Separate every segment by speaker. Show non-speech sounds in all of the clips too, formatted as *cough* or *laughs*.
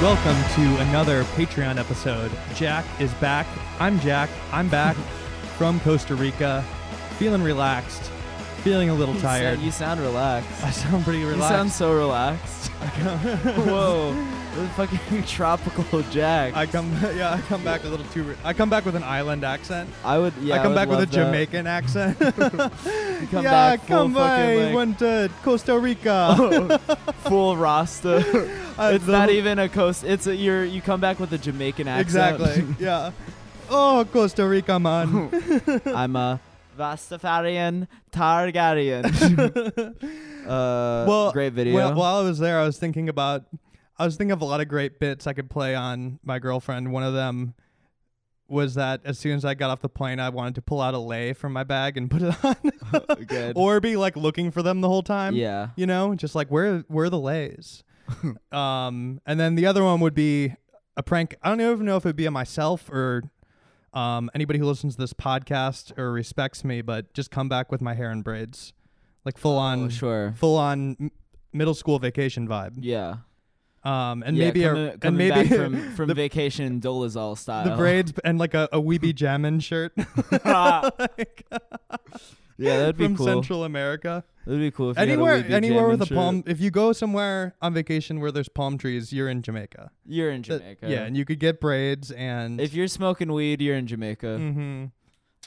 Speaker 1: Welcome to another Patreon episode. Jack is back. I'm Jack. I'm
Speaker 2: *laughs*
Speaker 1: back from Costa Rica. Feeling relaxed. Feeling a little
Speaker 2: You
Speaker 1: tired.
Speaker 2: sound- You sound
Speaker 1: *laughs*
Speaker 2: relaxed.
Speaker 1: I sound pretty
Speaker 2: You
Speaker 1: relaxed.
Speaker 2: sound so relaxed. *laughs* Whoa. The fucking *laughs* tropical Jack.
Speaker 1: I come, *laughs* yeah, I come back a little too. Re- I come back with an island accent.
Speaker 2: I would. Yeah.
Speaker 1: I come
Speaker 2: would
Speaker 1: back with a
Speaker 2: love that.
Speaker 1: Jamaican
Speaker 2: *laughs*
Speaker 1: accent.
Speaker 2: You Come
Speaker 1: yeah,
Speaker 2: back full
Speaker 1: come
Speaker 2: fucking,
Speaker 1: by.
Speaker 2: like,
Speaker 1: Went to Costa
Speaker 2: *laughs*
Speaker 1: Rica. *laughs*
Speaker 2: full Rasta.
Speaker 1: Uh,
Speaker 2: it's
Speaker 1: the-
Speaker 2: not even a coast. It's a you're you come back with a Jamaican accent.
Speaker 1: Exactly. yeah. Oh, Costa Rica, man.
Speaker 2: *laughs* I'm a Rastafarian
Speaker 1: *laughs*
Speaker 2: Targaryen. uh,
Speaker 1: well,
Speaker 2: great video.
Speaker 1: While, while I was there, I was thinking about, I was thinking of a lot of great bits I could play on my girlfriend. One of them was that as soon as I got off the plane, I wanted to pull out a lei from my bag and *laughs* put it
Speaker 2: *laughs*
Speaker 1: on,
Speaker 2: *laughs* Good.
Speaker 1: or be like looking for them the whole time.
Speaker 2: yeah.
Speaker 1: You know, just like where where are the
Speaker 2: *laughs*
Speaker 1: lays? um, and then the other one would be a prank. I don't even know if it would be on myself or. Um, anybody who listens to this podcast or respects me, but just come back with my hair in braids, like full on,
Speaker 2: Oh, sure.
Speaker 1: full on m- middle school vacation vibe.
Speaker 2: Yeah.
Speaker 1: Um, and
Speaker 2: Yeah,
Speaker 1: maybe
Speaker 2: coming-
Speaker 1: a, and
Speaker 2: coming
Speaker 1: maybe
Speaker 2: back from uh, from
Speaker 1: the,
Speaker 2: vacation Dolezal
Speaker 1: *laughs*
Speaker 2: style.
Speaker 1: the braids and like a, a
Speaker 2: *laughs*
Speaker 1: weeby jammin shirt
Speaker 2: yeah,
Speaker 1: *laughs* like,
Speaker 2: that'd be
Speaker 1: from
Speaker 2: cool.
Speaker 1: Central America.
Speaker 2: That'd be cool. If
Speaker 1: anywhere,
Speaker 2: you had a Weeby
Speaker 1: anywhere
Speaker 2: Jam
Speaker 1: with a
Speaker 2: and shit.
Speaker 1: palm. If you go somewhere on vacation where there's palm trees, you're in Jamaica.
Speaker 2: you're in
Speaker 1: That-
Speaker 2: Jamaica.
Speaker 1: yeah, and you could get braids and.
Speaker 2: if you're smoking weed, you're in Jamaica.
Speaker 1: hmm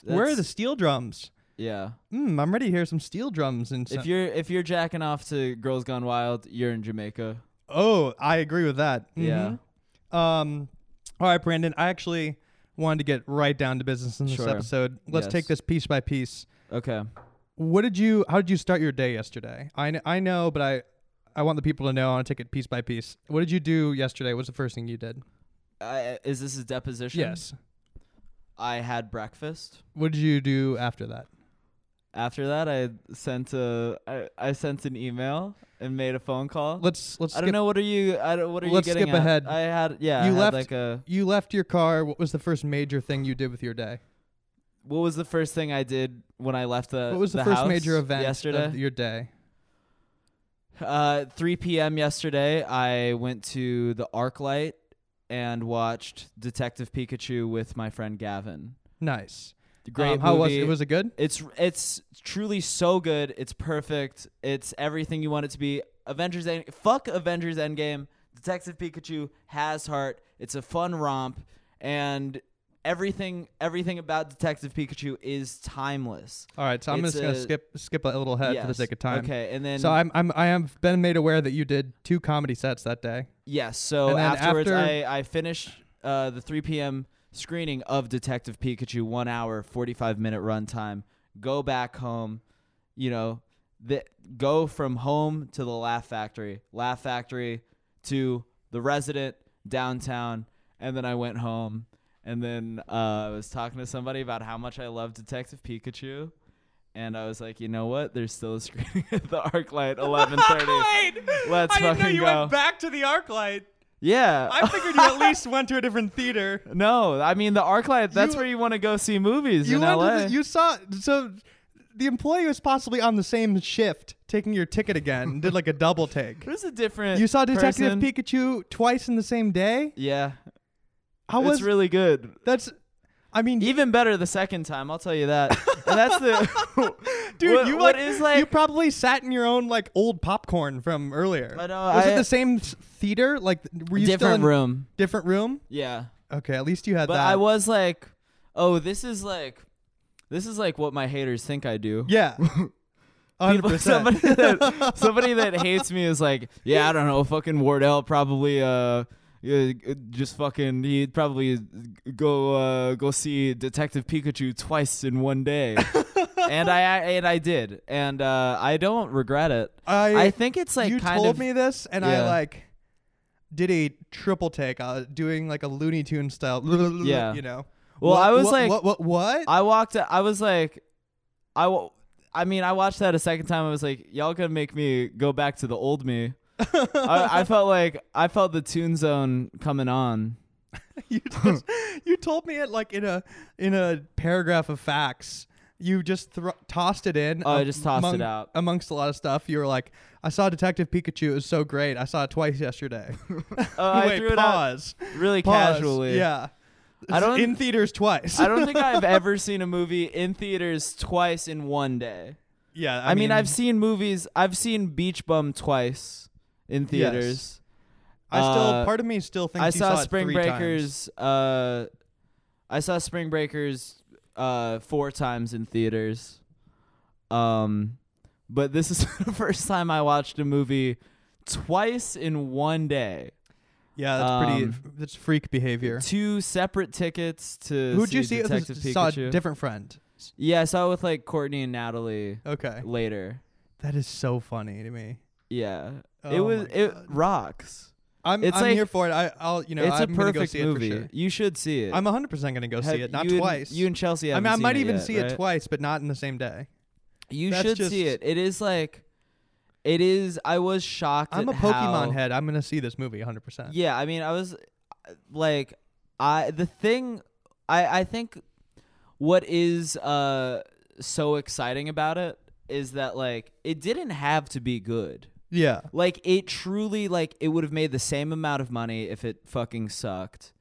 Speaker 1: Where are the
Speaker 2: That's-
Speaker 1: steel drums?
Speaker 2: Yeah.
Speaker 1: Mm, I'm ready to hear some steel drums and.
Speaker 2: If
Speaker 1: Some,
Speaker 2: you're if you're jacking off to Girls Gone Wild, you're in Jamaica.
Speaker 1: oh, I agree with that.
Speaker 2: Yeah.
Speaker 1: Mhm. Um, all right, Brandon. I actually wanted to get right down to business in this
Speaker 2: Sure.
Speaker 1: episode. Let's take
Speaker 2: Yes.
Speaker 1: this piece by piece.
Speaker 2: Okay.
Speaker 1: what did you how did you start your day yesterday i, kn- I know but i i want the people to know i want to take it piece by piece what did you do yesterday what was the first thing you did
Speaker 2: I, is this a deposition?
Speaker 1: yes
Speaker 2: I had breakfast.
Speaker 1: what did you do after that
Speaker 2: After that, I sent a I, I sent an email and made a phone call.
Speaker 1: let's let's
Speaker 2: I
Speaker 1: skip-
Speaker 2: don't know what are you I don't, what are
Speaker 1: Let's
Speaker 2: you getting
Speaker 1: skip
Speaker 2: at?
Speaker 1: ahead.
Speaker 2: I had yeah. I
Speaker 1: You
Speaker 2: had
Speaker 1: left-
Speaker 2: like a
Speaker 1: you left your car what was the first major thing you did with your day
Speaker 2: what was the first thing I did when I left Uh, the
Speaker 1: what was the, first
Speaker 2: house
Speaker 1: major event
Speaker 2: yesterday?
Speaker 1: of your day
Speaker 2: Uh, 3 p.m. yesterday, I went to the ArcLight and watched Detective Pikachu with my friend Gavin.
Speaker 1: nice
Speaker 2: Great
Speaker 1: Um, how was
Speaker 2: movie.
Speaker 1: it was it good
Speaker 2: It's it's truly so good. It's perfect. It's everything you want it to be. Avengers End fuck Avengers Endgame. Detective Pikachu has heart. It's a fun romp and everything everything about Detective Pikachu is timeless.
Speaker 1: all right so i'm
Speaker 2: it's
Speaker 1: just gonna
Speaker 2: a-
Speaker 1: skip skip a little ahead uh, for the
Speaker 2: Yes.
Speaker 1: sake of time
Speaker 2: Okay, and then
Speaker 1: so i'm i'm i have been made aware that you did two comedy sets that day
Speaker 2: Yes. So
Speaker 1: And then
Speaker 2: afterwards,
Speaker 1: after-
Speaker 2: I, I finished uh, the 3 p.m. screening of Detective Pikachu, one hour, 45 minute runtime. Go back home, you know, the, go from home to the Laugh Factory, Laugh Factory to the resident downtown. And then I went home and then uh, I was talking to somebody about how much I love Detective Pikachu. And I was like, you know what? There's still a screening *laughs* at the ArcLight 11:30.
Speaker 1: *laughs*
Speaker 2: Let's
Speaker 1: I didn't know
Speaker 2: fucking
Speaker 1: you
Speaker 2: go.
Speaker 1: went back to the arc light.
Speaker 2: yeah,
Speaker 1: *laughs* I figured you at least went to a different theater.
Speaker 2: *laughs* No, I mean the ArcLight. That's
Speaker 1: You-
Speaker 2: where you want to go see
Speaker 1: *laughs*
Speaker 2: movies
Speaker 1: You
Speaker 2: in
Speaker 1: went
Speaker 2: LA.
Speaker 1: to the, you saw so the employee was possibly on the same shift taking your ticket again and did like a double
Speaker 2: *laughs*
Speaker 1: take.
Speaker 2: There's a different.
Speaker 1: You saw Detective
Speaker 2: person.
Speaker 1: Pikachu twice in the same day?
Speaker 2: Yeah,
Speaker 1: How
Speaker 2: it's
Speaker 1: was
Speaker 2: really good.
Speaker 1: that's I mean
Speaker 2: Even better the second time. I'll tell you that. and that's the
Speaker 1: dude,
Speaker 2: what-
Speaker 1: you
Speaker 2: what
Speaker 1: like
Speaker 2: is, like-
Speaker 1: you probably sat in your own like old popcorn from earlier.
Speaker 2: I know,
Speaker 1: was it
Speaker 2: uh, I-
Speaker 1: the same s- theater? Like *laughs* were you still
Speaker 2: different
Speaker 1: in
Speaker 2: room.
Speaker 1: different room?
Speaker 2: Yeah,
Speaker 1: Okay, at least you had
Speaker 2: but
Speaker 1: that.
Speaker 2: I was like, oh, this is like, this is like what my haters think I do. *laughs*
Speaker 1: yeah. *laughs* 100%.
Speaker 2: People- somebody
Speaker 1: *laughs*
Speaker 2: that somebody that hates me is like, yeah, I don't know, fucking Wardell probably uh yeah, just fucking he'd probably go uh go see Detective Pikachu twice in
Speaker 1: *laughs*
Speaker 2: one day. and I, I and I did. And uh I don't regret it.
Speaker 1: I-
Speaker 2: I think it's like
Speaker 1: you
Speaker 2: kind
Speaker 1: told
Speaker 2: of
Speaker 1: me this, and I
Speaker 2: Yeah.
Speaker 1: like did a triple take, uh, doing like a Looney Tune style. *laughs*
Speaker 2: Yeah.
Speaker 1: you know.
Speaker 2: Well, I was
Speaker 1: what,
Speaker 2: like-
Speaker 1: what, what, what? *laughs*
Speaker 2: I walked. I was like, I. wa- I mean, I watched that a second time. I was like, y'all gonna make me go back to the old me. I, I felt like I felt the Tune Zone
Speaker 1: *laughs*
Speaker 2: coming on.
Speaker 1: you, just- you told me it like in a in a paragraph of facts. You just thro- tossed it in.
Speaker 2: Oh, I
Speaker 1: am-
Speaker 2: just tossed it out.
Speaker 1: amongst a lot of stuff. You were like, "I saw Detective Pikachu. It was so great. I saw it twice yesterday."
Speaker 2: Oh, *laughs* I
Speaker 1: Wait,
Speaker 2: threw it out
Speaker 1: pause.
Speaker 2: really
Speaker 1: Pause.
Speaker 2: casually.
Speaker 1: Yeah,
Speaker 2: I don't-
Speaker 1: in theaters twice.
Speaker 2: I don't think I've ever seen a movie in theaters twice in one day.
Speaker 1: *laughs* yeah,
Speaker 2: I, mean, I've seen movies. I've seen Beach Bum twice in theaters.
Speaker 1: I still
Speaker 2: uh,
Speaker 1: part of me still thinks
Speaker 2: I
Speaker 1: you
Speaker 2: saw,
Speaker 1: saw it
Speaker 2: Spring
Speaker 1: three times.
Speaker 2: Breakers. Uh, I saw Spring Breakers uh, four times in theaters. Um, but this is *laughs* the first time I watched a movie twice in one day.
Speaker 1: Yeah, that's pretty.
Speaker 2: Um,
Speaker 1: That's freak behavior.
Speaker 2: Two separate tickets to
Speaker 1: Who'd you see? it with?
Speaker 2: Detective
Speaker 1: saw
Speaker 2: Pikachu.
Speaker 1: a different friend.
Speaker 2: yeah, I saw it with like Courtney and Natalie
Speaker 1: Okay,
Speaker 2: later.
Speaker 1: that is so funny to me.
Speaker 2: Yeah, it
Speaker 1: Oh
Speaker 2: was
Speaker 1: my
Speaker 2: it
Speaker 1: God.
Speaker 2: rocks.
Speaker 1: I'm
Speaker 2: It's
Speaker 1: I'm
Speaker 2: like-
Speaker 1: here for it. I, I'll you know
Speaker 2: it's
Speaker 1: I'm
Speaker 2: a
Speaker 1: gonna go
Speaker 2: perfect
Speaker 1: see
Speaker 2: movie.
Speaker 1: it for sure.
Speaker 2: You should see it.
Speaker 1: I'm 100 percent gonna go
Speaker 2: Have-
Speaker 1: see it. Not
Speaker 2: you and-
Speaker 1: twice.
Speaker 2: you and Chelsea.
Speaker 1: I mean,
Speaker 2: haven't
Speaker 1: I
Speaker 2: seen
Speaker 1: might even
Speaker 2: yet,
Speaker 1: see it
Speaker 2: right?
Speaker 1: twice, but not in the same day.
Speaker 2: You
Speaker 1: That's
Speaker 2: should see
Speaker 1: just-
Speaker 2: it. It is like, it is. I was shocked.
Speaker 1: I'm a
Speaker 2: at
Speaker 1: Pokemon
Speaker 2: how-
Speaker 1: head. I'm gonna see this movie 100. percent
Speaker 2: Yeah, I mean, I was like, I the thing, I I think, what is uh so exciting about it is that like it didn't have to be good.
Speaker 1: Yeah,
Speaker 2: Like it truly like it would have made the same amount of money if it fucking sucked.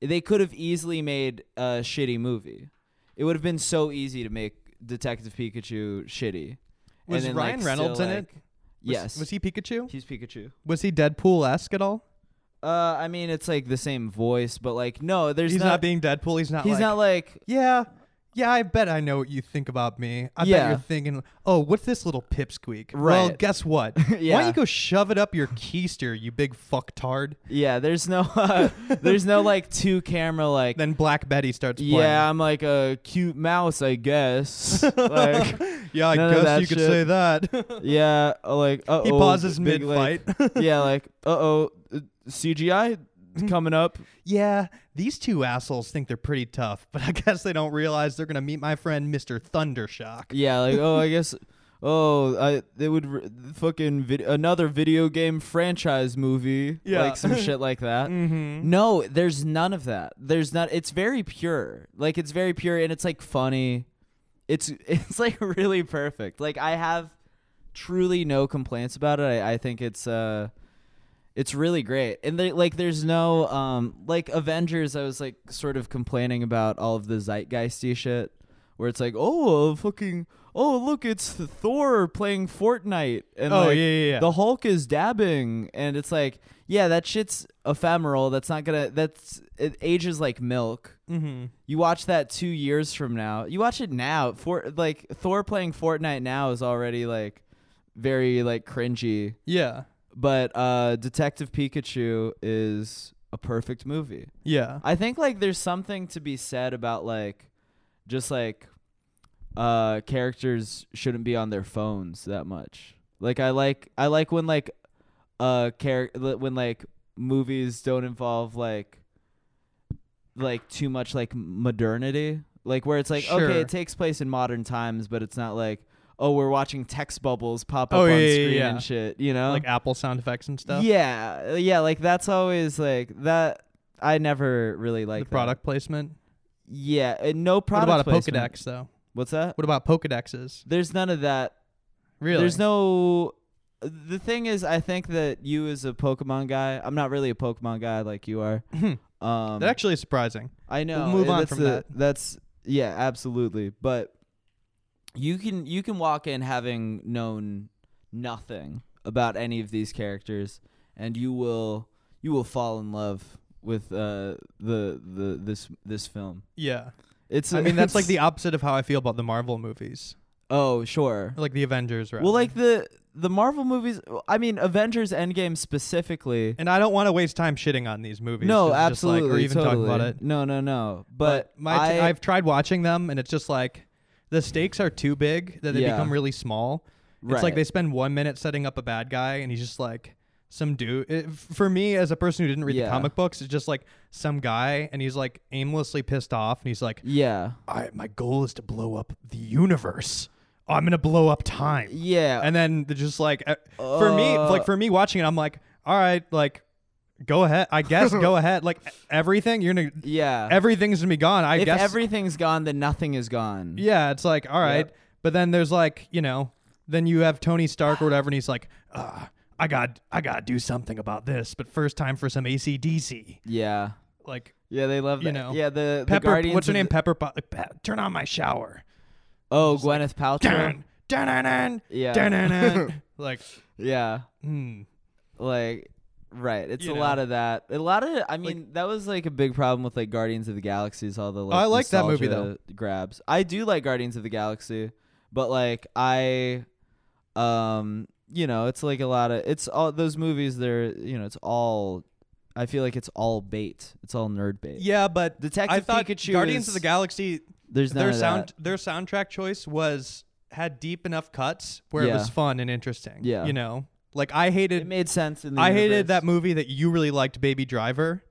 Speaker 2: They could have easily made a shitty movie. It would have been so easy to make Detective Pikachu shitty. And
Speaker 1: Was
Speaker 2: then,
Speaker 1: Ryan
Speaker 2: like,
Speaker 1: Reynolds
Speaker 2: still,
Speaker 1: in
Speaker 2: like-
Speaker 1: it? Was-
Speaker 2: Yes.
Speaker 1: Was he Pikachu?
Speaker 2: He's Pikachu.
Speaker 1: Was he Deadpool esque at all?
Speaker 2: Uh, I mean, it's like the same voice, but like, no, there's
Speaker 1: He's
Speaker 2: not.
Speaker 1: not, being Deadpool. He's not.
Speaker 2: he's
Speaker 1: like,
Speaker 2: not like.
Speaker 1: Yeah. Yeah, I bet I know what you think about me. I bet
Speaker 2: Yeah.
Speaker 1: you're thinking, oh, what's this little pipsqueak? Well,
Speaker 2: Right.
Speaker 1: guess
Speaker 2: *laughs*
Speaker 1: what? Why don't
Speaker 2: Yeah.
Speaker 1: you go shove it up your keister, you big fucktard?
Speaker 2: Yeah, there's no. *laughs* Uh, there's no like two camera like.
Speaker 1: Then Black Betty starts playing.
Speaker 2: yeah, I'm like a cute mouse,
Speaker 1: *laughs*
Speaker 2: I guess. like,
Speaker 1: Yeah, I
Speaker 2: None of
Speaker 1: guess
Speaker 2: that
Speaker 1: you could
Speaker 2: shit.
Speaker 1: say that. *laughs*
Speaker 2: yeah, uh, like. Uh-oh,
Speaker 1: he pauses
Speaker 2: big,
Speaker 1: mid
Speaker 2: like-
Speaker 1: fight.
Speaker 2: *laughs* yeah, like. Uh oh, CGI coming up.
Speaker 1: *laughs* yeah, these two assholes think they're pretty tough, but I *laughs* guess they don't realize they're going to meet my friend, Mr. Thundershock.
Speaker 2: Yeah, like oh, I guess. Oh, I they would re- fucking vid- another video game franchise movie,
Speaker 1: Yeah.
Speaker 2: like some shit like
Speaker 1: *laughs*
Speaker 2: that.
Speaker 1: Mm-hmm.
Speaker 2: No, there's none of that. There's not. It's very pure. Like it's very pure, and it's like funny. It's *laughs* it's like really perfect. Like I have truly no complaints about it. I, I think it's uh, it's really great. And they, like there's no um like Avengers. I was like sort of complaining about all of the zeitgeisty shit, where it's like oh uh, fucking oh look it's Thor playing Fortnite and
Speaker 1: Oh,
Speaker 2: like,
Speaker 1: yeah, yeah, yeah.
Speaker 2: the Hulk is dabbing, and it's like, yeah, that shit's ephemeral. That's not gonna. That's it ages like milk.
Speaker 1: Mm-hmm.
Speaker 2: You watch that two years from now. You watch it now. For like Thor playing Fortnite now is already like very like cringy.
Speaker 1: Yeah.
Speaker 2: But uh, Detective Pikachu is a perfect movie.
Speaker 1: Yeah.
Speaker 2: I think like there's something to be said about like just like uh characters shouldn't be on their phones that much. Like I like I like when like uh char- li- when like movies don't involve like like too much like modernity. Like where it's like
Speaker 1: Sure.
Speaker 2: okay, it takes place in modern times, but it's not like oh, we're watching text bubbles pop
Speaker 1: Oh,
Speaker 2: up
Speaker 1: yeah,
Speaker 2: on
Speaker 1: yeah,
Speaker 2: screen
Speaker 1: yeah.
Speaker 2: and shit, you know?
Speaker 1: like Apple sound effects and stuff.
Speaker 2: Uh-huh. Yeah, yeah, like that's always like that. I never really like
Speaker 1: the product placement.
Speaker 2: Yeah, and no product.
Speaker 1: what about
Speaker 2: placement.
Speaker 1: a Pokedex though?
Speaker 2: What's that?
Speaker 1: What about Pokedexes?
Speaker 2: There's none of that.
Speaker 1: Really?
Speaker 2: There's no. The thing is, I think that you as a Pokemon guy, I'm not really a Pokemon guy like you are. Um,
Speaker 1: Hmm. that actually is surprising.
Speaker 2: I know.
Speaker 1: move on
Speaker 2: that's
Speaker 1: from
Speaker 2: the-
Speaker 1: that.
Speaker 2: That's yeah, absolutely. But you can you can walk in having known nothing about any of these characters, and you will you will fall in love with uh, the the this this film.
Speaker 1: Yeah.
Speaker 2: It's
Speaker 1: I mean that's like
Speaker 2: it's-
Speaker 1: the opposite of how I feel about the Marvel movies.
Speaker 2: *laughs* oh sure.
Speaker 1: Like the Avengers right?
Speaker 2: Well, like the the Marvel movies. I mean, Avengers Endgame specifically.
Speaker 1: and I don't want to waste time shitting on these movies.
Speaker 2: No,
Speaker 1: 'cause it's just, like,
Speaker 2: absolutely.
Speaker 1: or even
Speaker 2: totally.
Speaker 1: talking about it.
Speaker 2: No, no, no. But,
Speaker 1: my
Speaker 2: I-
Speaker 1: t- I've tried watching them and it's just like the stakes are too big that they
Speaker 2: Yeah.
Speaker 1: become really small. It's
Speaker 2: Right.
Speaker 1: like they spend 1 minute setting up a bad guy and he's just like some dude it, f- for me as a person who didn't read
Speaker 2: Yeah.
Speaker 1: the comic books it's just like some guy and he's like aimlessly pissed off and he's like
Speaker 2: yeah,
Speaker 1: I, my goal is to blow up the universe. I'm gonna blow up time.
Speaker 2: yeah.
Speaker 1: And then they're just like uh, for me,
Speaker 2: Uh,
Speaker 1: like for me watching it, I'm like, all right, like go ahead. I guess
Speaker 2: *laughs*
Speaker 1: go ahead. Like e, everything, you're gonna
Speaker 2: Yeah.
Speaker 1: everything's gonna be gone. I
Speaker 2: if
Speaker 1: guess
Speaker 2: everything's gone, then nothing is gone.
Speaker 1: Yeah, it's like all right,
Speaker 2: Yep.
Speaker 1: but then there's like you know, then you have Tony Stark or whatever, and he's like, uh, I got I gotta do something about this, but first time for some ACDC.
Speaker 2: Yeah.
Speaker 1: Like
Speaker 2: Yeah, they love
Speaker 1: You
Speaker 2: that.
Speaker 1: know,
Speaker 2: yeah, the, the
Speaker 1: Pepper,
Speaker 2: Guardians
Speaker 1: what's her
Speaker 2: of
Speaker 1: name?
Speaker 2: the-
Speaker 1: Pepper, Po- Pe- turn on my shower.
Speaker 2: oh, Gwyneth Paltrow.
Speaker 1: Dun, dun, dun, dun,
Speaker 2: Yeah.
Speaker 1: dun, dun,
Speaker 2: *laughs*
Speaker 1: dun. like,
Speaker 2: Yeah.
Speaker 1: hmm.
Speaker 2: Like right. It's
Speaker 1: You
Speaker 2: a
Speaker 1: know.
Speaker 2: lot of that. A lot of I mean, that was like a big problem with like Guardians of the Galaxies all the like,
Speaker 1: Oh, I like that movie, though.
Speaker 2: nostalgia grabs. I do like Guardians of the Galaxy, but like I um you know, it's like a lot of it's all those movies they're, you know, it's all I feel like it's all bait. It's all nerd bait.
Speaker 1: yeah, but
Speaker 2: Detective
Speaker 1: I thought
Speaker 2: Pikachu
Speaker 1: Guardians
Speaker 2: is-
Speaker 1: of the Galaxy.
Speaker 2: There's none
Speaker 1: Their
Speaker 2: of
Speaker 1: sound,
Speaker 2: that.
Speaker 1: their soundtrack choice was had deep enough cuts where it
Speaker 2: Yeah.
Speaker 1: was fun and interesting.
Speaker 2: Yeah.
Speaker 1: you know, like I
Speaker 2: It
Speaker 1: hated,
Speaker 2: made sense in the
Speaker 1: I hated
Speaker 2: universe.
Speaker 1: that movie that you really liked, Baby Driver,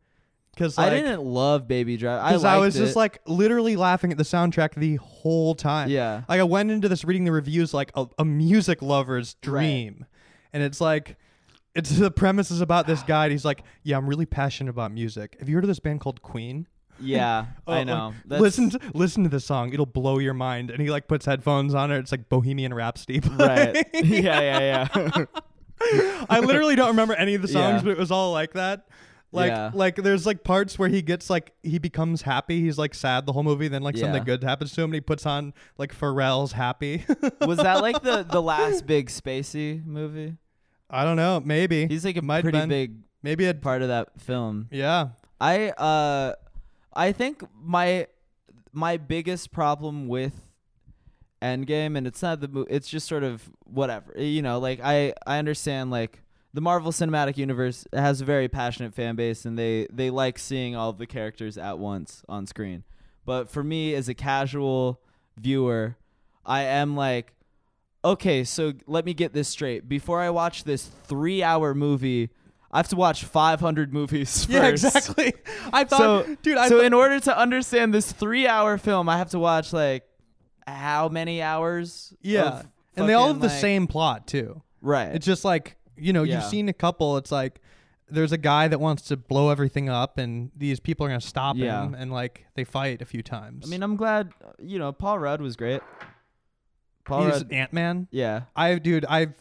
Speaker 1: because like,
Speaker 2: I didn't love Baby Driver. I
Speaker 1: because I, was
Speaker 2: liked
Speaker 1: just
Speaker 2: it.
Speaker 1: like *laughs* literally laughing at the soundtrack the whole time.
Speaker 2: Yeah.
Speaker 1: Like I went into this reading the reviews like a, a music lover's dream. And it's like it's the premise is about
Speaker 2: *sighs*
Speaker 1: this guy and he's like, Yeah, I'm really passionate about music. Have you heard of this band called Queen?
Speaker 2: yeah, I
Speaker 1: Uh,
Speaker 2: know.
Speaker 1: like,
Speaker 2: That's-
Speaker 1: listen to listen to this song. It'll blow your mind. And he like puts headphones on it. It's like Bohemian Rhapsody.
Speaker 2: *laughs*
Speaker 1: *laughs*
Speaker 2: Right. yeah, yeah, yeah.
Speaker 1: I literally don't remember any of the songs,
Speaker 2: Yeah.
Speaker 1: but it was all like that. Like
Speaker 2: Yeah.
Speaker 1: like there's like parts where he gets like he becomes happy. He's like sad the whole movie. Then like
Speaker 2: Yeah.
Speaker 1: something good happens to him, and he puts on like Pharrell's Happy. *laughs*
Speaker 2: was that like the the last big Spacey movie?
Speaker 1: I don't know. Maybe
Speaker 2: He's like a
Speaker 1: Might
Speaker 2: pretty
Speaker 1: been.
Speaker 2: big
Speaker 1: Maybe it.
Speaker 2: part of that film.
Speaker 1: *laughs* Yeah.
Speaker 2: I uh I think my my biggest problem with Endgame and it's not the mo- it's just sort of whatever. You know, like I I understand like the Marvel Cinematic Universe has a very passionate fan base and they they like seeing all of the characters at once on screen. But for me as a casual viewer, I am like okay, so let me get this straight. Before I watch this 3-hour movie, I have to watch 500 movies *laughs* first.
Speaker 1: Yeah. Exactly. *laughs* I thought,
Speaker 2: So,
Speaker 1: dude. *laughs* I
Speaker 2: so
Speaker 1: thought,
Speaker 2: in order to understand this three-hour film, I have to watch like how many hours?
Speaker 1: yeah.
Speaker 2: of
Speaker 1: And they all have
Speaker 2: fucking,
Speaker 1: the
Speaker 2: like-
Speaker 1: same plot too.
Speaker 2: Right.
Speaker 1: It's just like you know
Speaker 2: Yeah.
Speaker 1: you've seen a couple. It's like there's a guy that wants to blow everything up, and these people are gonna stop
Speaker 2: Yeah.
Speaker 1: him, and like they fight a few times.
Speaker 2: I mean, I'm glad. You know, Paul Rudd was great. Paul
Speaker 1: he's
Speaker 2: Rudd.
Speaker 1: Ant Man. *laughs*
Speaker 2: Yeah.
Speaker 1: I dude. I've.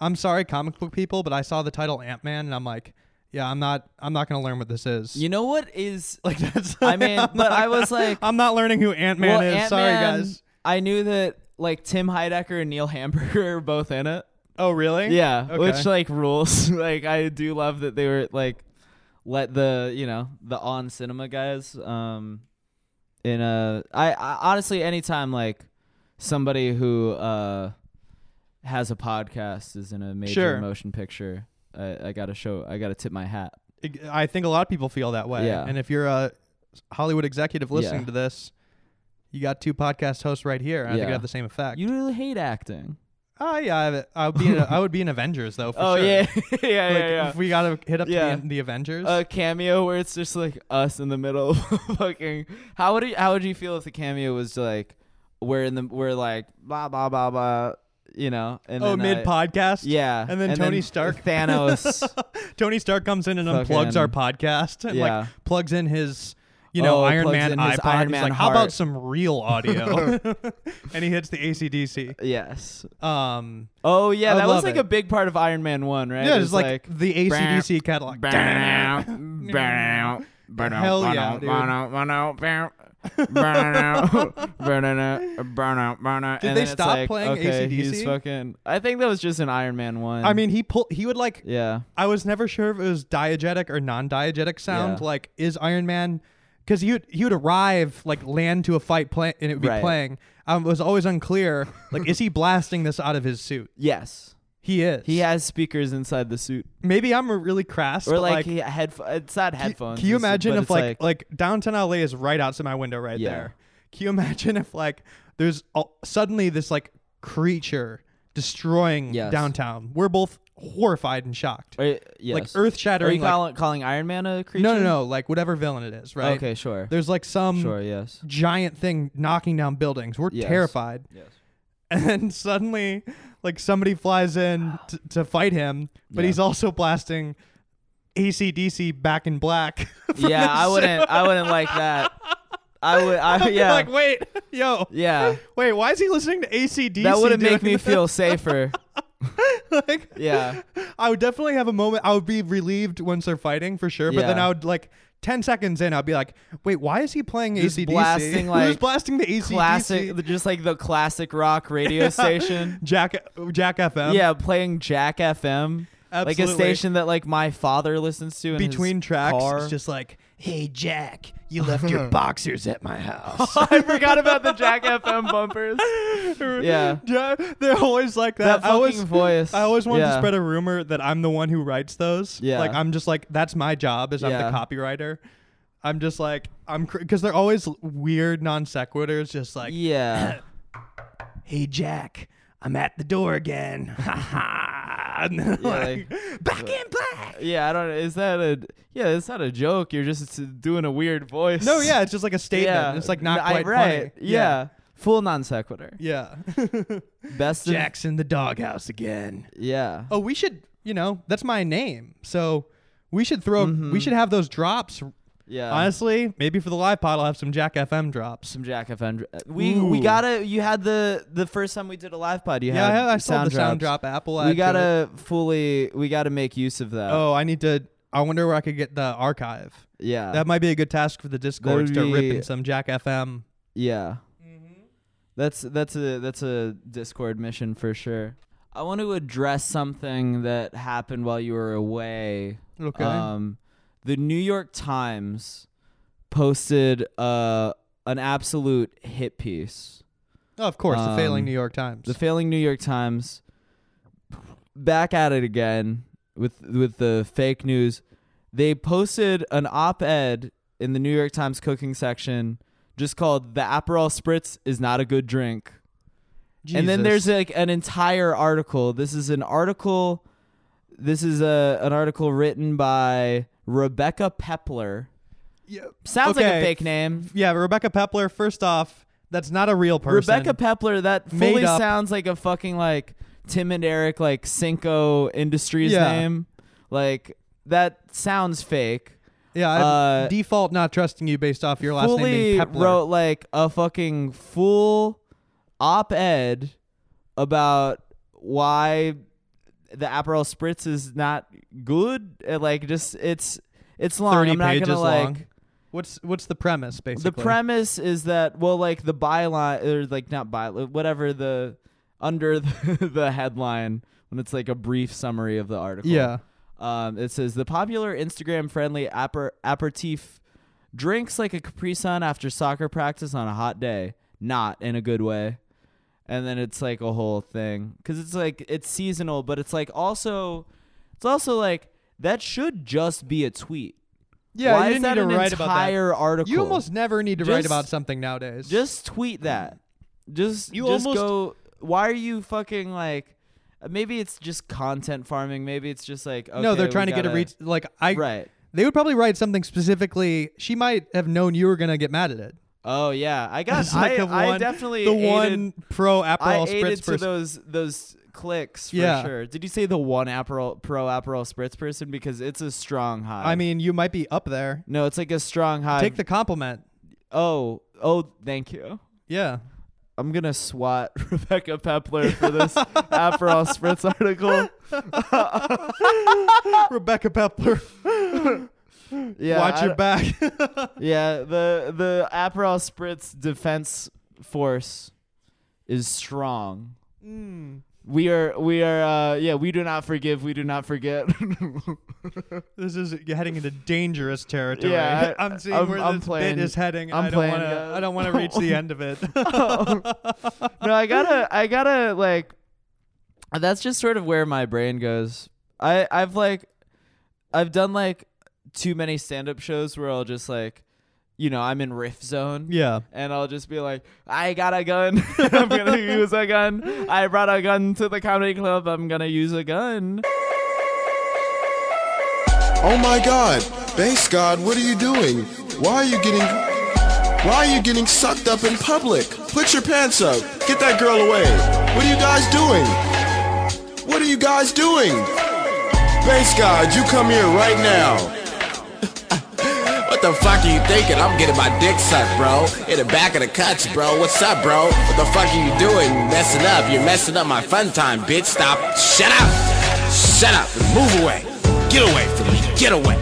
Speaker 1: I'm sorry, comic book people, but I saw the title Ant Man, and I'm like, yeah, I'm not. I'm not gonna learn what this is.
Speaker 2: You know what is?
Speaker 1: *laughs* like that's.
Speaker 2: *laughs* I
Speaker 1: *laughs*
Speaker 2: mean,
Speaker 1: I'm
Speaker 2: but
Speaker 1: not
Speaker 2: I was
Speaker 1: gonna-
Speaker 2: like-
Speaker 1: I'm not learning who Ant Man
Speaker 2: well,
Speaker 1: is.
Speaker 2: Ant-Man,
Speaker 1: Sorry, guys.
Speaker 2: I knew that like Tim Heidecker and Neil Hamburger *laughs* are both in it.
Speaker 1: Oh, really?
Speaker 2: Yeah,
Speaker 1: Okay.
Speaker 2: which like rules. *laughs* like I do love that they were like let the you know the on cinema guys. Um, in a I, I honestly anytime like somebody who uh has a podcast is in a major
Speaker 1: Sure.
Speaker 2: motion picture. I, I gotta show. I gotta tip my hat.
Speaker 1: Ig- I think a lot of people feel that way.
Speaker 2: Yeah.
Speaker 1: And if you're a Hollywood executive listening
Speaker 2: Yeah.
Speaker 1: to this, you got two podcast hosts right here. And I think
Speaker 2: Yeah.
Speaker 1: it have the same effect.
Speaker 2: You really hate acting.
Speaker 1: oh, yeah. I, I, would be in a, I would be in Avengers, though, for
Speaker 2: *laughs* oh
Speaker 1: sure.
Speaker 2: yeah, yeah, yeah,
Speaker 1: Like,
Speaker 2: yeah.
Speaker 1: If we got to hit up
Speaker 2: Yeah. Uh,
Speaker 1: the, the Avengers,
Speaker 2: a cameo where it's just like us in the middle of *laughs* fucking how would you, how would you feel if the cameo was like we're in the we're like blah blah blah blah you know and
Speaker 1: oh,
Speaker 2: then
Speaker 1: mid
Speaker 2: I-
Speaker 1: podcast.
Speaker 2: yeah
Speaker 1: And then Tony Stark. *laughs*
Speaker 2: Thanos
Speaker 1: Tony Stark comes in and unplugs
Speaker 2: Fucking-
Speaker 1: our podcast and
Speaker 2: Yeah.
Speaker 1: like plugs in his. You know,
Speaker 2: Oh,
Speaker 1: Iron
Speaker 2: plugs
Speaker 1: Man
Speaker 2: in his
Speaker 1: iPod.
Speaker 2: Iron
Speaker 1: He's
Speaker 2: Man
Speaker 1: like, how about
Speaker 2: heart."
Speaker 1: some real
Speaker 2: *laughs*
Speaker 1: audio? *laughs* and he hits the ACDC.
Speaker 2: yes
Speaker 1: Um,
Speaker 2: oh yeah
Speaker 1: I
Speaker 2: that was
Speaker 1: love
Speaker 2: like
Speaker 1: it.
Speaker 2: a big part of Iron Man one right
Speaker 1: yeah,
Speaker 2: It
Speaker 1: it's
Speaker 2: was
Speaker 1: like, the ACDC catalog. Hell
Speaker 3: Hell
Speaker 1: yeah, dude. *laughs* Did
Speaker 2: and
Speaker 1: they
Speaker 2: then it's
Speaker 1: stop
Speaker 2: like,
Speaker 1: playing
Speaker 2: okay, He's
Speaker 1: AC/DC?
Speaker 2: fucking. I think that was just an Iron Man one.
Speaker 1: *laughs* I mean, he pull. He would like.
Speaker 2: yeah,
Speaker 1: I was never sure if it was diegetic or non-diegetic sound.
Speaker 2: Yeah.
Speaker 1: Like, is Iron Man? Because he would he would arrive like land to a fight play and it would be
Speaker 2: Right.
Speaker 1: playing. I was always unclear. Like,
Speaker 2: *laughs*
Speaker 1: is he blasting this out of his suit?
Speaker 2: yes.
Speaker 1: He is.
Speaker 2: He has speakers inside the suit,
Speaker 1: Maybe I'm really crass.
Speaker 2: or
Speaker 1: but,
Speaker 2: like,
Speaker 1: like
Speaker 2: he headph- It's not
Speaker 1: Can-
Speaker 2: headphones.
Speaker 1: Can you
Speaker 2: it's-
Speaker 1: imagine
Speaker 2: but
Speaker 1: if
Speaker 2: it's
Speaker 1: like, like downtown LA is right outside my window right
Speaker 2: Yeah.
Speaker 1: there? Can you imagine *laughs* if like there's all, suddenly this like creature destroying
Speaker 2: Yes.
Speaker 1: downtown? We're both horrified and shocked,
Speaker 2: or- yes.
Speaker 1: like earth
Speaker 2: Are
Speaker 1: shattering.
Speaker 2: you
Speaker 1: Like,
Speaker 2: calling, calling Iron Man a creature?
Speaker 1: no, no, no, like whatever villain it is, right?
Speaker 2: Okay, sure,
Speaker 1: There's like some
Speaker 2: sure, yes,
Speaker 1: giant thing knocking down buildings. We're
Speaker 2: Yes.
Speaker 1: terrified, *laughs*
Speaker 2: yes.
Speaker 1: and then suddenly
Speaker 2: *sighs*
Speaker 1: like somebody flies in t- to fight him, but
Speaker 2: Yeah.
Speaker 1: he's also blasting ACDC Back in Black. *laughs* for
Speaker 2: yeah,
Speaker 1: this
Speaker 2: I wouldn't. I wouldn't like that. I
Speaker 1: *laughs*
Speaker 2: would. I,
Speaker 1: show. I'd be
Speaker 2: yeah.
Speaker 1: Like, wait, yo,
Speaker 2: yeah.
Speaker 1: wait, why is he listening to ACDC?
Speaker 2: That wouldn't make
Speaker 1: *laughs* doing
Speaker 2: me
Speaker 1: this?
Speaker 2: feel safer.
Speaker 1: like,
Speaker 2: Yeah.
Speaker 1: I would definitely have a moment. I would be relieved once they're fighting for sure, but then
Speaker 2: Yeah.
Speaker 1: I would like. 10 seconds in, I'd be like, wait, why is he playing
Speaker 2: Just
Speaker 1: ACDC? *laughs*
Speaker 2: blasting,
Speaker 1: Who's
Speaker 2: like,
Speaker 1: blasting the ACDC?
Speaker 2: Classic, just like the classic rock
Speaker 1: *laughs*
Speaker 2: radio station.
Speaker 1: Jack, Jack FM.
Speaker 2: yeah, playing Jack FM. Like a
Speaker 1: Absolutely.
Speaker 2: station that like my father listens to in his
Speaker 1: Between tracks,
Speaker 2: car.
Speaker 1: it's just like, hey, Jack, you left
Speaker 2: *laughs*
Speaker 1: your boxers at my house.
Speaker 2: I forgot about the
Speaker 1: *laughs*
Speaker 2: Jack FM bumpers. Yeah.
Speaker 1: Ja- They're always like that.
Speaker 2: That
Speaker 1: I always,
Speaker 2: fucking voice.
Speaker 1: I always wanted to
Speaker 2: Yeah.
Speaker 1: spread a rumor that I'm the one who writes those.
Speaker 2: Yeah.
Speaker 1: Like, I'm just like, that's my job, is
Speaker 2: Yeah.
Speaker 1: I'm the copywriter. I'm just like, I'm, because they're always weird non sequiturs, just like, *clears throat*
Speaker 2: *clears throat* Yeah.
Speaker 1: hey Jack, I'm at the door again. *laughs* Ha ha. And then,
Speaker 2: Yeah,
Speaker 1: like, back in black.
Speaker 2: Yeah, I don't is that a yeah, it's not a joke. You're just doing a weird voice.
Speaker 1: No,
Speaker 2: *laughs*
Speaker 1: yeah, it's just like a statement.
Speaker 2: Yeah.
Speaker 1: It's like not
Speaker 2: I-
Speaker 1: quite
Speaker 2: right.
Speaker 1: funny.
Speaker 2: Yeah. Full non sequitur.
Speaker 1: Yeah. *laughs*
Speaker 2: Best of-
Speaker 1: Jack's in the doghouse again.
Speaker 2: yeah.
Speaker 1: Oh, we should, you know, that's my name. So we should throw, we should have those drops.
Speaker 2: Mm-hmm. Yeah.
Speaker 1: Honestly, maybe for the live pod, I'll have some Jack FM drops.
Speaker 2: some Jack uh, FM. dr- We we
Speaker 1: Ooh.
Speaker 2: gotta. You had the the first time we did a live pod. You
Speaker 1: Yeah, I,
Speaker 2: had
Speaker 1: have, I saw
Speaker 2: sound
Speaker 1: the sound
Speaker 2: drops.
Speaker 1: drop Apple.
Speaker 2: We
Speaker 1: ad to it.
Speaker 2: gotta fully. We gotta make use of that.
Speaker 1: Oh, I need to. I wonder where I could get the archive.
Speaker 2: yeah,
Speaker 1: That might be a good task for the Discord.
Speaker 2: would
Speaker 1: Start
Speaker 2: be-
Speaker 1: ripping some Jack FM.
Speaker 2: yeah. That's that's a that's a Discord mission for sure. I want to address something that happened while you were away.
Speaker 1: Okay.
Speaker 2: Um, the New York Times posted uh an absolute hit piece.
Speaker 1: Oh, of course, the failing
Speaker 2: Um,
Speaker 1: New York Times.
Speaker 2: The failing New York Times back at it again with with the fake news. They posted an op-ed in the New York Times cooking section just called "The Aperol Spritz is not a good drink." And then there's like an entire article. This is an article this is a an article written by Rebecca Pepler.
Speaker 1: yeah,
Speaker 2: Sounds like
Speaker 1: Okay.
Speaker 2: a fake name.
Speaker 1: yeah, Rebecca Pepler. First off, that's not a real person.
Speaker 2: Rebecca Pepler, that
Speaker 1: Made
Speaker 2: fully
Speaker 1: up.
Speaker 2: sounds like a fucking like Tim and Eric like Cinco Industries
Speaker 1: Yeah.
Speaker 2: name. Like that sounds fake.
Speaker 1: yeah, I
Speaker 2: uh,
Speaker 1: default not trusting you based off your last name
Speaker 2: fully
Speaker 1: being Pepler.
Speaker 2: wrote like a fucking full op-ed about why the Aperol Spritz is not good. Uh, Like just it's it's long.
Speaker 1: Thirty
Speaker 2: I'm not
Speaker 1: pages
Speaker 2: gonna
Speaker 1: long.
Speaker 2: like
Speaker 1: what's what's the premise basically?
Speaker 2: the premise is that well like the byline or like not byline whatever the under *laughs* the, the headline when it's like a brief summary of the article
Speaker 1: Yeah.
Speaker 2: um it says the popular instagram friendly aper- aperitif drinks like a capri sun after soccer practice on a hot day not in a good way and then it's like a whole thing because it's like it's seasonal but it's like also it's also like that should just be a tweet
Speaker 1: Yeah,
Speaker 2: why
Speaker 1: you
Speaker 2: is
Speaker 1: didn't
Speaker 2: that
Speaker 1: need to
Speaker 2: an
Speaker 1: write about
Speaker 2: entire
Speaker 1: that.
Speaker 2: article
Speaker 1: You almost never need to write
Speaker 2: Just-
Speaker 1: about something nowadays.
Speaker 2: just tweet that. Just
Speaker 1: You
Speaker 2: just
Speaker 1: almost-
Speaker 2: go. Why are you fucking like? Maybe it's just content farming. Maybe it's just like okay,
Speaker 1: no, they're
Speaker 2: we
Speaker 1: trying to get a
Speaker 2: gotta-
Speaker 1: reach. Like I,
Speaker 2: Right.
Speaker 1: they would probably write something specifically. She might have known you were gonna get mad at
Speaker 2: *laughs*
Speaker 1: it.
Speaker 2: Oh yeah, I got.
Speaker 1: It's *laughs* like
Speaker 2: I,
Speaker 1: the
Speaker 2: I
Speaker 1: one-
Speaker 2: definitely
Speaker 1: the
Speaker 2: aided,
Speaker 1: one pro Aperol spritz
Speaker 2: I aided to
Speaker 1: person.
Speaker 2: those those clicks for
Speaker 1: Yeah.
Speaker 2: sure. Did you say the one Aperol pro Aperol spritz person because it's a strong high?
Speaker 1: I mean, you might be up there.
Speaker 2: no, it's like a strong high.
Speaker 1: Take the compliment.
Speaker 2: oh oh, thank you. *laughs*
Speaker 1: Yeah.
Speaker 2: I'm gonna swat *laughs* Rebecca Pepler for this
Speaker 1: *laughs*
Speaker 2: Aperol spritz article.
Speaker 1: Rebecca Pepler,
Speaker 2: Yeah,
Speaker 1: watch
Speaker 2: I-
Speaker 1: your back. *laughs*
Speaker 2: Yeah, the the Aperol Spritz defense force is strong. Hmm. We are we are uh yeah, we do not forgive, we do not forget. *laughs*
Speaker 1: this is you're heading into dangerous territory.
Speaker 2: Yeah,
Speaker 1: *laughs*
Speaker 2: I-
Speaker 1: I'm seeing
Speaker 2: I'm-
Speaker 1: where
Speaker 2: I'm
Speaker 1: this
Speaker 2: playing.
Speaker 1: bit is heading.
Speaker 2: I'm
Speaker 1: I don't
Speaker 2: playing, uh,
Speaker 1: wanna
Speaker 2: guys.
Speaker 1: I don't
Speaker 2: *laughs*
Speaker 1: wanna reach the end of it.
Speaker 2: no, I got to I got to like that's just sort of where my brain goes. I I've like I've done like too many stand-up shows where I'll just like you know, I'm in riff zone.
Speaker 1: yeah.
Speaker 2: and I'll just be like, I got a gun. *laughs* I'm gonna use a gun. I brought a gun to the comedy club. I'm gonna use a gun.
Speaker 3: Oh my God! Thanks God! What are you doing? Why are you getting? Why are you getting sucked up in public? Put your pants up. Get that girl away. What are you guys doing? What are you guys doing? Base God, you come here right now.
Speaker 4: What the fuck are you thinking? I'm getting my dick sucked, bro. In the back of the cuts, bro. What's up, bro? What the fuck are you doing? Messing up. You're messing up my fun time, bitch. Stop. Shut up. Shut up and move away. Get away from me. Get away.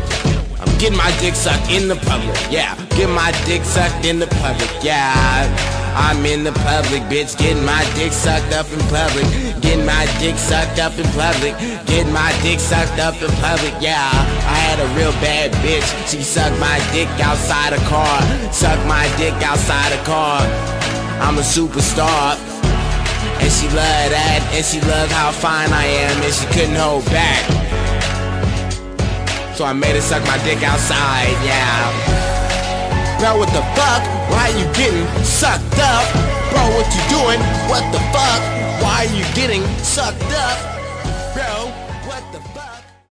Speaker 4: I'm getting my dick sucked in the public. Yeah. Getting my dick sucked in the public. Yeah. I'm in the public, bitch. Getting my dick sucked up in public. Getting my dick sucked up in public. Getting my dick sucked up in public. Yeah. I had a real bad bitch. She sucked my dick outside a car. Sucked my dick outside a car. I'm a superstar. And she loved that. And she loved how fine I am. And she couldn't hold back. So I made her suck my dick outside. Yeah. Bro, what the fuck? Why you getting sucked up? Bro, what you doing? What the fuck? Why you getting sucked up? Bro,